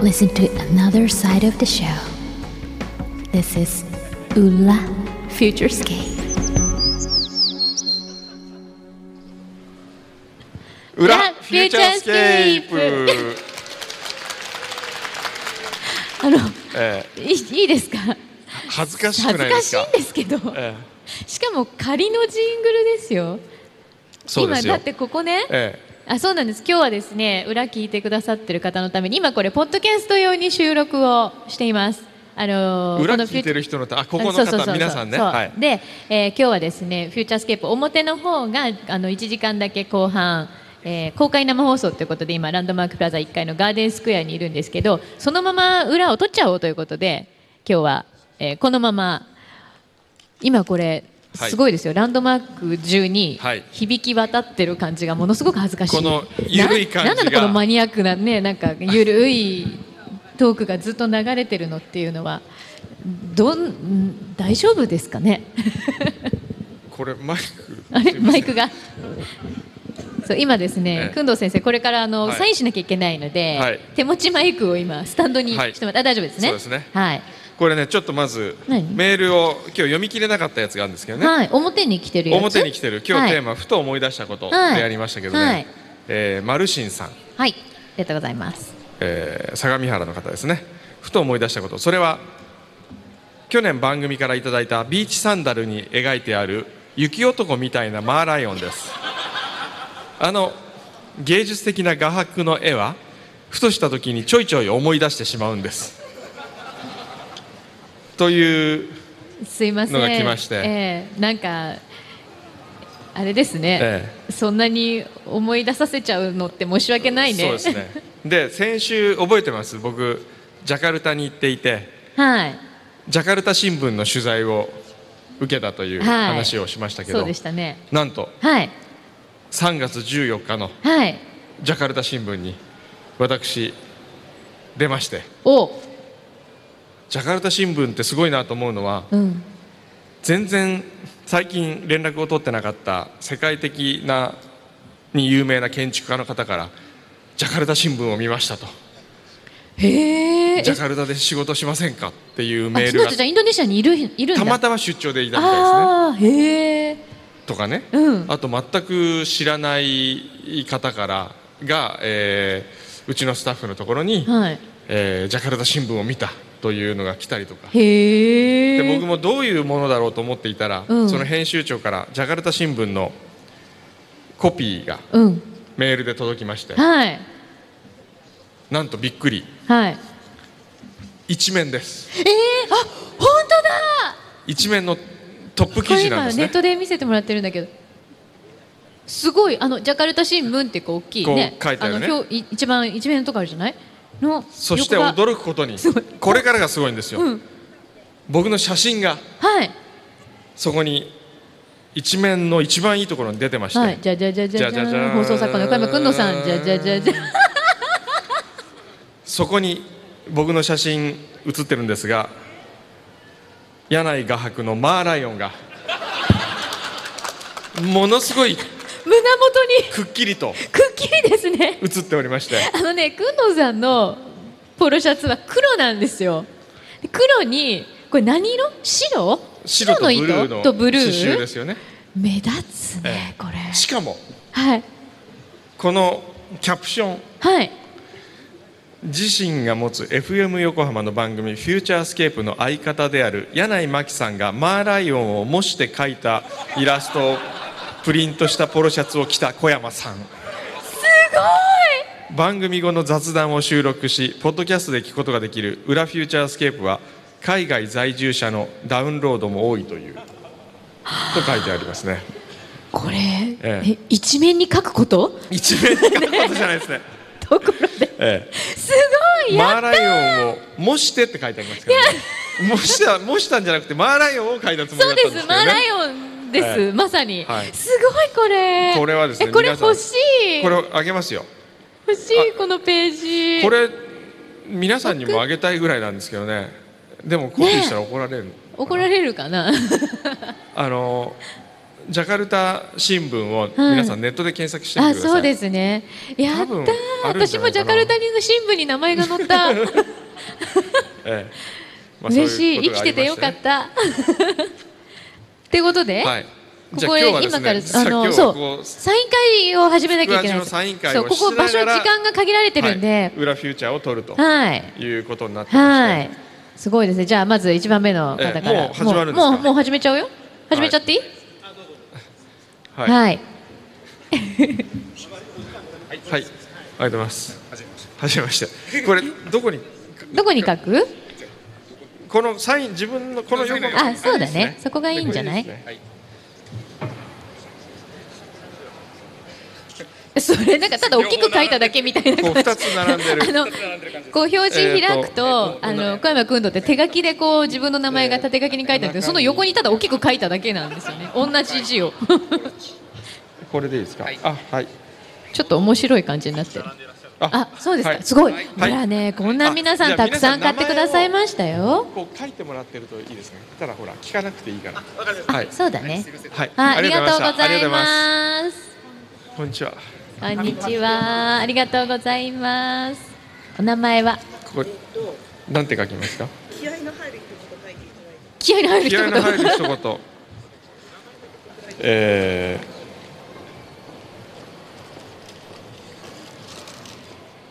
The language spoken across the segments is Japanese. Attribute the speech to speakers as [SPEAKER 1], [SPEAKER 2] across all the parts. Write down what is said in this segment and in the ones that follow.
[SPEAKER 1] listen to another side of the show. This is Ula Futurescape.
[SPEAKER 2] 裏
[SPEAKER 3] 裏
[SPEAKER 2] フューチャースケープ
[SPEAKER 3] フューチ あの、
[SPEAKER 2] え
[SPEAKER 3] いいいですか
[SPEAKER 2] ー恥ずかしく
[SPEAKER 3] 恥ず
[SPEAKER 2] ないで
[SPEAKER 3] か
[SPEAKER 2] す
[SPEAKER 3] しい
[SPEAKER 2] か
[SPEAKER 3] んですけど、
[SPEAKER 2] え
[SPEAKER 3] しかも仮のジングルですよ
[SPEAKER 2] ーそうです
[SPEAKER 3] 今
[SPEAKER 2] よ
[SPEAKER 3] だってここね、
[SPEAKER 2] え
[SPEAKER 3] あそうなんです今日はですね裏聞いてくださってる方のために今これポッドキャスト用に収録をしていますあの
[SPEAKER 2] ー
[SPEAKER 3] ー
[SPEAKER 2] 裏
[SPEAKER 3] このフュ
[SPEAKER 2] 聞いてる人のたあここの
[SPEAKER 3] そうそうそうそ
[SPEAKER 2] 方
[SPEAKER 3] う
[SPEAKER 2] 皆さんね
[SPEAKER 3] そう
[SPEAKER 2] はい
[SPEAKER 3] で、えー今日はですねフューチャースケープ表の方があの1時間だけ後半、えー公開生放送ということで今ランドマークプラザ1階のガーデンスクエアにいるんですけどそのまま裏を取っちゃおうということで今日は、えーこのまま今これ
[SPEAKER 2] はい
[SPEAKER 3] すごいですよ、ランドマーク中に
[SPEAKER 2] はい
[SPEAKER 3] 響き渡ってる感じがものすごく恥ずかしい、
[SPEAKER 2] この緩い感じ
[SPEAKER 3] なな
[SPEAKER 2] が
[SPEAKER 3] んなのこのマニアックなねなんか緩いトークがずっと流れてるのっていうのはどんん大丈夫ですかね
[SPEAKER 2] これマイク
[SPEAKER 3] あれマイクがそう今です
[SPEAKER 2] え
[SPEAKER 3] ね
[SPEAKER 2] え
[SPEAKER 3] 工藤先生これからあの、
[SPEAKER 2] はい
[SPEAKER 3] サインしなきゃいけないので、
[SPEAKER 2] はい
[SPEAKER 3] 手持ちマイクを今スタンドにしても
[SPEAKER 2] は
[SPEAKER 3] らっ
[SPEAKER 2] い
[SPEAKER 3] て、あ大丈夫ですね
[SPEAKER 2] そうですね
[SPEAKER 3] はい、
[SPEAKER 2] これねちょっとまず
[SPEAKER 3] 何
[SPEAKER 2] メールを今日読み切れなかったやつがあるんですけどね
[SPEAKER 3] はい、表に来てるやつ
[SPEAKER 2] 表に来てる今日テー
[SPEAKER 3] マ
[SPEAKER 2] マふと思い出したことで
[SPEAKER 3] はい
[SPEAKER 2] やりましたけど
[SPEAKER 3] はい
[SPEAKER 2] ねえーマルシンさん
[SPEAKER 3] はい、はい、ありがとうございます
[SPEAKER 2] えー相模原の方ですねふと思い出したことそれは去年番組からいただいたビーチサンダルに描いてある雪男みたいなマーライオンですあの芸術的な画伯の絵はふとした時にちょいちょい思い出してしまうんですという
[SPEAKER 3] すいません。
[SPEAKER 2] のが来まして
[SPEAKER 3] ええなんか。あれですね、
[SPEAKER 2] え
[SPEAKER 3] そんなに思い出させちゃうのって申し訳ないね。
[SPEAKER 2] そうですねで先週覚えてます僕ジャカルタに行っていて
[SPEAKER 3] はい。
[SPEAKER 2] ジャカルタ新聞の取材を受けたという
[SPEAKER 3] はい
[SPEAKER 2] 話をしましたけど、
[SPEAKER 3] そうでしたね。
[SPEAKER 2] なんと
[SPEAKER 3] はい。
[SPEAKER 2] 3月14日の
[SPEAKER 3] はい。
[SPEAKER 2] ジャカルタ新聞に私出まして
[SPEAKER 3] お。
[SPEAKER 2] ジャカルタ新聞ってすごいなと思うのは
[SPEAKER 3] うん。
[SPEAKER 2] 全然最近連絡を取ってなかった世界的なに有名な建築家の方からジャカルタ新聞を見ましたと
[SPEAKER 3] へえ。
[SPEAKER 2] ジャカルタで仕事しませんかっていうメ
[SPEAKER 3] あ、
[SPEAKER 2] ー
[SPEAKER 3] そ
[SPEAKER 2] ル
[SPEAKER 3] の
[SPEAKER 2] が
[SPEAKER 3] 人じゃあインドネシアにいる、いるんだ。
[SPEAKER 2] たまたま出張でいたみたいですね
[SPEAKER 3] ああ、へえ。
[SPEAKER 2] とかね、
[SPEAKER 3] うん
[SPEAKER 2] あと全く知らない方からが、えーうちのスタッフのところに、
[SPEAKER 3] はい。
[SPEAKER 2] えージャカルタ新聞を見たというのが来たりとか
[SPEAKER 3] へえ。
[SPEAKER 2] で僕もどういうものだろうと思っていたら、
[SPEAKER 3] うん
[SPEAKER 2] その編集長からジャカルタ新聞のコピーが
[SPEAKER 3] うん。
[SPEAKER 2] メールで届きまして
[SPEAKER 3] はい。
[SPEAKER 2] なんとびっくり
[SPEAKER 3] はい。
[SPEAKER 2] 一面です
[SPEAKER 3] ええあ、本当だ。
[SPEAKER 2] 一面のトップ記
[SPEAKER 3] これ
[SPEAKER 2] 事な
[SPEAKER 3] 今
[SPEAKER 2] んです
[SPEAKER 3] ネ
[SPEAKER 2] ね
[SPEAKER 3] ットで見せてもらってるんだけどすごいあのジャカルタ新聞ってこう大きいね
[SPEAKER 2] こう書いてあるね
[SPEAKER 3] の表い一番一面のとこあるじゃないの
[SPEAKER 2] そして
[SPEAKER 3] 横が
[SPEAKER 2] 驚くことに
[SPEAKER 3] すごい
[SPEAKER 2] これからがすごいんですよ、
[SPEAKER 3] うん
[SPEAKER 2] 僕の写真が
[SPEAKER 3] はい
[SPEAKER 2] そこに一面の一番いいところに出てまして、
[SPEAKER 3] はいじゃじゃじゃじゃじ
[SPEAKER 2] じゃじゃじゃ
[SPEAKER 3] ゃ
[SPEAKER 2] ーん
[SPEAKER 3] 放送作家の横山君のさんじゃじゃじゃじゃ
[SPEAKER 2] そこに僕の写真写ってるんですが柳井画伯のマーライオンがものすごい
[SPEAKER 3] 胸元に
[SPEAKER 2] くっきりと
[SPEAKER 3] くっきりですね
[SPEAKER 2] 写っておりまして
[SPEAKER 3] あのねくんのさんのポロシャツは黒なんですよで黒にこれ何色白
[SPEAKER 2] 白とブルーの
[SPEAKER 3] とブル
[SPEAKER 2] 刺繍で
[SPEAKER 3] ー
[SPEAKER 2] すよね
[SPEAKER 3] 目立つね
[SPEAKER 2] ええ
[SPEAKER 3] これ
[SPEAKER 2] しかも
[SPEAKER 3] はい
[SPEAKER 2] このキャプション
[SPEAKER 3] はい
[SPEAKER 2] 自身が持つ FM 横浜の番組「フューチャースケープ」の相方である柳井真紀さんがマーライオンを模して描いたイラストをプリントしたポロシャツを着た小山さん
[SPEAKER 3] すごい
[SPEAKER 2] 番組後の雑談を収録しポッドキャストで聞くことができる「裏フューチャースケープ」は海外在住者のダウンロードも多いというと書いてあります ね
[SPEAKER 3] これ、
[SPEAKER 2] え
[SPEAKER 3] え一面に書くこと
[SPEAKER 2] 一面に書くことじゃないですね、
[SPEAKER 3] ところで
[SPEAKER 2] え
[SPEAKER 3] すご
[SPEAKER 2] え、
[SPEAKER 3] い
[SPEAKER 2] マー
[SPEAKER 3] や
[SPEAKER 2] ライオンを「模して」って書いてありますから、ね、模した模したんじゃなくてマーライオンを描いたつも
[SPEAKER 3] そ
[SPEAKER 2] りだ
[SPEAKER 3] う
[SPEAKER 2] っ
[SPEAKER 3] です
[SPEAKER 2] たんですけ
[SPEAKER 3] マー
[SPEAKER 2] どね
[SPEAKER 3] ライオンです、
[SPEAKER 2] ええ
[SPEAKER 3] まさに、
[SPEAKER 2] はい
[SPEAKER 3] すごいこれ
[SPEAKER 2] これはです
[SPEAKER 3] え
[SPEAKER 2] ね
[SPEAKER 3] これ
[SPEAKER 2] 皆さん
[SPEAKER 3] 欲しい
[SPEAKER 2] これをあげますよ
[SPEAKER 3] 欲しいこのページ
[SPEAKER 2] これ皆さんにもあげたいぐらいなんですけどねでもコピーしたら怒られるのかな、
[SPEAKER 3] 怒られるかな
[SPEAKER 2] あのジャカルタ新聞を皆さんネットで検索してみ
[SPEAKER 3] あ
[SPEAKER 2] てください、
[SPEAKER 3] そうですねやった
[SPEAKER 2] 多分
[SPEAKER 3] ー
[SPEAKER 2] あるんじ
[SPEAKER 3] 私
[SPEAKER 2] ゃな
[SPEAKER 3] もジャカ
[SPEAKER 2] いかな
[SPEAKER 3] ルタニング新聞に名前が載った
[SPEAKER 2] ええまあそうう
[SPEAKER 3] 嬉しい
[SPEAKER 2] こと
[SPEAKER 3] 生
[SPEAKER 2] が
[SPEAKER 3] き
[SPEAKER 2] あ
[SPEAKER 3] てて
[SPEAKER 2] りまし
[SPEAKER 3] よかったってことで、
[SPEAKER 2] はい
[SPEAKER 3] ここへ今から
[SPEAKER 2] じゃあ今日はで
[SPEAKER 3] そ
[SPEAKER 2] すねさあ今日はこ
[SPEAKER 3] う
[SPEAKER 2] う
[SPEAKER 3] サイン会を始めなきゃいけないんです
[SPEAKER 2] 福島市のサイン会
[SPEAKER 3] そ
[SPEAKER 2] を
[SPEAKER 3] うここ
[SPEAKER 2] しな
[SPEAKER 3] 場所
[SPEAKER 2] がら
[SPEAKER 3] 時間が限られてるん
[SPEAKER 2] はい
[SPEAKER 3] で、
[SPEAKER 2] 裏フューチャーを取ると
[SPEAKER 3] はい、
[SPEAKER 2] いうことになってま
[SPEAKER 3] は
[SPEAKER 2] し
[SPEAKER 3] い。すごいですね。じゃあまず一番目の方から、
[SPEAKER 2] ええもう始まるんですか
[SPEAKER 3] もうもうもう始めちゃうよ。始めちゃっていい？
[SPEAKER 2] て、
[SPEAKER 3] は。
[SPEAKER 2] はいい、はい、
[SPEAKER 3] はい。
[SPEAKER 2] ありがとうございます。はじめまして。これどこに
[SPEAKER 3] どこに書く？
[SPEAKER 2] このサイン自分のこの横
[SPEAKER 3] あ、そうだね。そ
[SPEAKER 2] こ
[SPEAKER 3] こがいいんじゃない？それなんかただ大きく書いただけみたいな
[SPEAKER 2] こう
[SPEAKER 3] 感じ。
[SPEAKER 2] 二つ並んでる
[SPEAKER 3] あのこう表示開くと、
[SPEAKER 2] えーと
[SPEAKER 3] あの小山君とって手書きでこう自分の名前が縦書きに書いてあるんですけど、その横にただ大きく書いただけなんですよね。同じ字を。
[SPEAKER 2] これでいいですか。あはい。
[SPEAKER 3] ちょっと面白い感じになってる。あ、そうですか。
[SPEAKER 2] はい
[SPEAKER 3] すごい。
[SPEAKER 2] はい
[SPEAKER 3] ほらね、こんな皆さんたくさん買ってくださいましたよ。
[SPEAKER 2] こう書いてもらってるといいですね。ただほら聞かなくていいから。はい
[SPEAKER 3] そうだね。
[SPEAKER 2] はい。
[SPEAKER 3] あありがとう
[SPEAKER 2] ま
[SPEAKER 3] ご
[SPEAKER 2] した
[SPEAKER 3] ざい
[SPEAKER 2] あ
[SPEAKER 3] ます。
[SPEAKER 2] りがとうございますこんにちは。
[SPEAKER 3] こんにちは。ありがとうございます。お名前は
[SPEAKER 2] ここなんて書きますか。
[SPEAKER 4] 気合の入る一言書いていただいて。
[SPEAKER 3] 気合の入る
[SPEAKER 2] 気
[SPEAKER 3] 一
[SPEAKER 2] 合の入る
[SPEAKER 3] 言。
[SPEAKER 2] 一言。え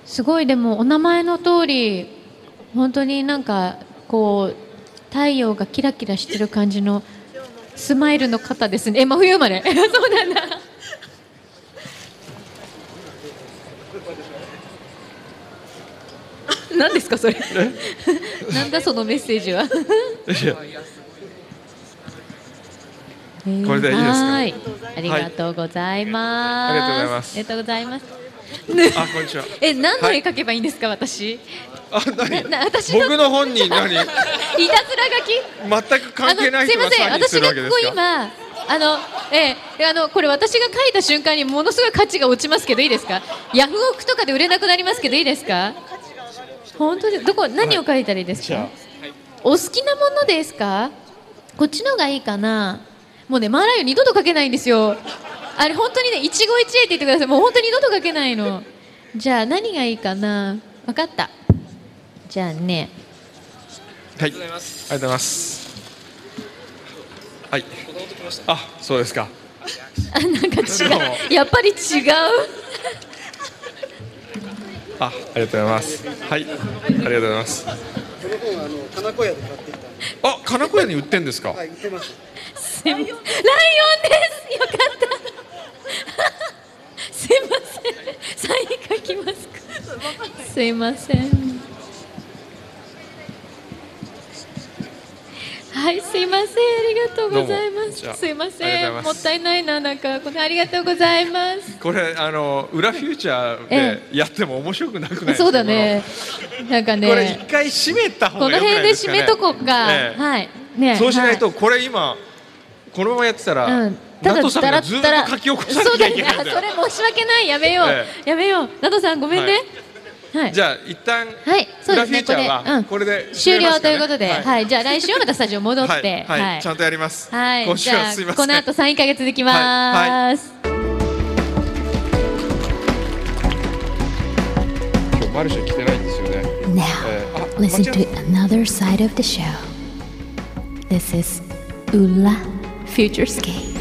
[SPEAKER 3] すごいでもお名前の通り本当になんかこう太陽がキラキラしてる感じのスマイルの方ですね。え真冬生まれ。 そうなんだ。何ですかそれ。 なんだそのメッセージは。
[SPEAKER 2] これでいいですか
[SPEAKER 3] はい。ありがとうございます。
[SPEAKER 2] あり
[SPEAKER 3] がとうございます。
[SPEAKER 2] ー、あこんにちは。
[SPEAKER 3] え、何の絵描けばいいんですか、私。
[SPEAKER 2] あ何
[SPEAKER 3] な私の
[SPEAKER 2] 僕の本人何 全
[SPEAKER 3] いたずら書き。
[SPEAKER 2] く関係な
[SPEAKER 3] あ
[SPEAKER 2] い
[SPEAKER 3] のすい
[SPEAKER 2] 人
[SPEAKER 3] ま
[SPEAKER 2] が
[SPEAKER 3] せん、私が
[SPEAKER 2] サインするわ
[SPEAKER 3] こ
[SPEAKER 2] けです
[SPEAKER 3] こ
[SPEAKER 2] か。
[SPEAKER 3] 今、あの、ええ、あの、これ私が書いた瞬間にものすごい価値が落ちますけどいいですか。ヤフオクとかで売れなくなりますけどいいですか。本当で、どこ、何を書いたらいいですか。
[SPEAKER 2] はい
[SPEAKER 3] お好きなものですか。こっちの方がいいかな。もうね、マーライオン二度と書けないんですよ。あれ、本当にね、一期一会って言ってください。もう本当に二度と書けないの。じゃあ、何がいいかな。わかった。じゃあね。
[SPEAKER 2] はい、ありがとうございます。はい。あ、そうですか。
[SPEAKER 3] あなんか違
[SPEAKER 2] どうも
[SPEAKER 3] う。やっぱり違う。
[SPEAKER 2] あ、ありがとうございます。はい、ありがとうございます。
[SPEAKER 5] この本はあの金子屋で買ってきたんで、
[SPEAKER 2] あ、金子屋に売ってんですか。
[SPEAKER 5] はい、売ってます。
[SPEAKER 3] すいまライオンです。よかった。すいません。サイン書きますか。すいません。はい、すいません。ありがとうございま
[SPEAKER 2] どうもじゃあ
[SPEAKER 3] す。すいま
[SPEAKER 2] あり
[SPEAKER 3] せ
[SPEAKER 2] が
[SPEAKER 3] ん。も
[SPEAKER 2] とうございま
[SPEAKER 3] っ
[SPEAKER 2] す
[SPEAKER 3] たいないな、なんか、このありがとうございます。
[SPEAKER 2] これ、あの、裏フューチャー
[SPEAKER 3] え
[SPEAKER 2] でやっても面白くなくないですか。
[SPEAKER 3] そうだね。なんか
[SPEAKER 2] この。これ一
[SPEAKER 3] ね。
[SPEAKER 2] 回閉めた方
[SPEAKER 3] この
[SPEAKER 2] が良くな
[SPEAKER 3] 辺
[SPEAKER 2] い
[SPEAKER 3] です締
[SPEAKER 2] かね
[SPEAKER 3] めとこうか。
[SPEAKER 2] ええ
[SPEAKER 3] はい。ね。
[SPEAKER 2] そうしない
[SPEAKER 3] は
[SPEAKER 2] と、これ今。このままやってたら。
[SPEAKER 3] う
[SPEAKER 2] ナ
[SPEAKER 3] ん、ただ
[SPEAKER 2] トさん
[SPEAKER 3] だら
[SPEAKER 2] が
[SPEAKER 3] っ
[SPEAKER 2] ずった
[SPEAKER 3] ら
[SPEAKER 2] と書き起こさなきゃいけないん
[SPEAKER 3] そうだ
[SPEAKER 2] だよ
[SPEAKER 3] ねあそれ申し訳ないやめよう、
[SPEAKER 2] え
[SPEAKER 3] やめようナトさんごめんねはい、
[SPEAKER 2] じゃあ、一旦。
[SPEAKER 3] はいそう
[SPEAKER 2] 裏
[SPEAKER 3] で
[SPEAKER 2] フ
[SPEAKER 3] すねこ
[SPEAKER 2] ューチャー
[SPEAKER 3] れ,、う
[SPEAKER 2] は
[SPEAKER 3] ん、
[SPEAKER 2] これで
[SPEAKER 3] 終
[SPEAKER 2] 締めま
[SPEAKER 3] 了
[SPEAKER 2] す
[SPEAKER 3] と
[SPEAKER 2] か
[SPEAKER 3] い
[SPEAKER 2] ね
[SPEAKER 3] うことで、はいじゃあ来週はまたスタジオ戻って
[SPEAKER 2] はい、はいちゃんとやります。
[SPEAKER 3] はい
[SPEAKER 2] 今週
[SPEAKER 3] じゃ
[SPEAKER 2] は
[SPEAKER 3] あ
[SPEAKER 2] すいません。
[SPEAKER 3] この後三ヶ月できます、
[SPEAKER 2] 今日マルシェ来てないんですよね。
[SPEAKER 1] Now,
[SPEAKER 2] Uh,
[SPEAKER 1] listen
[SPEAKER 2] Mathias?
[SPEAKER 1] to another side of the show. This is Ula Futurescape.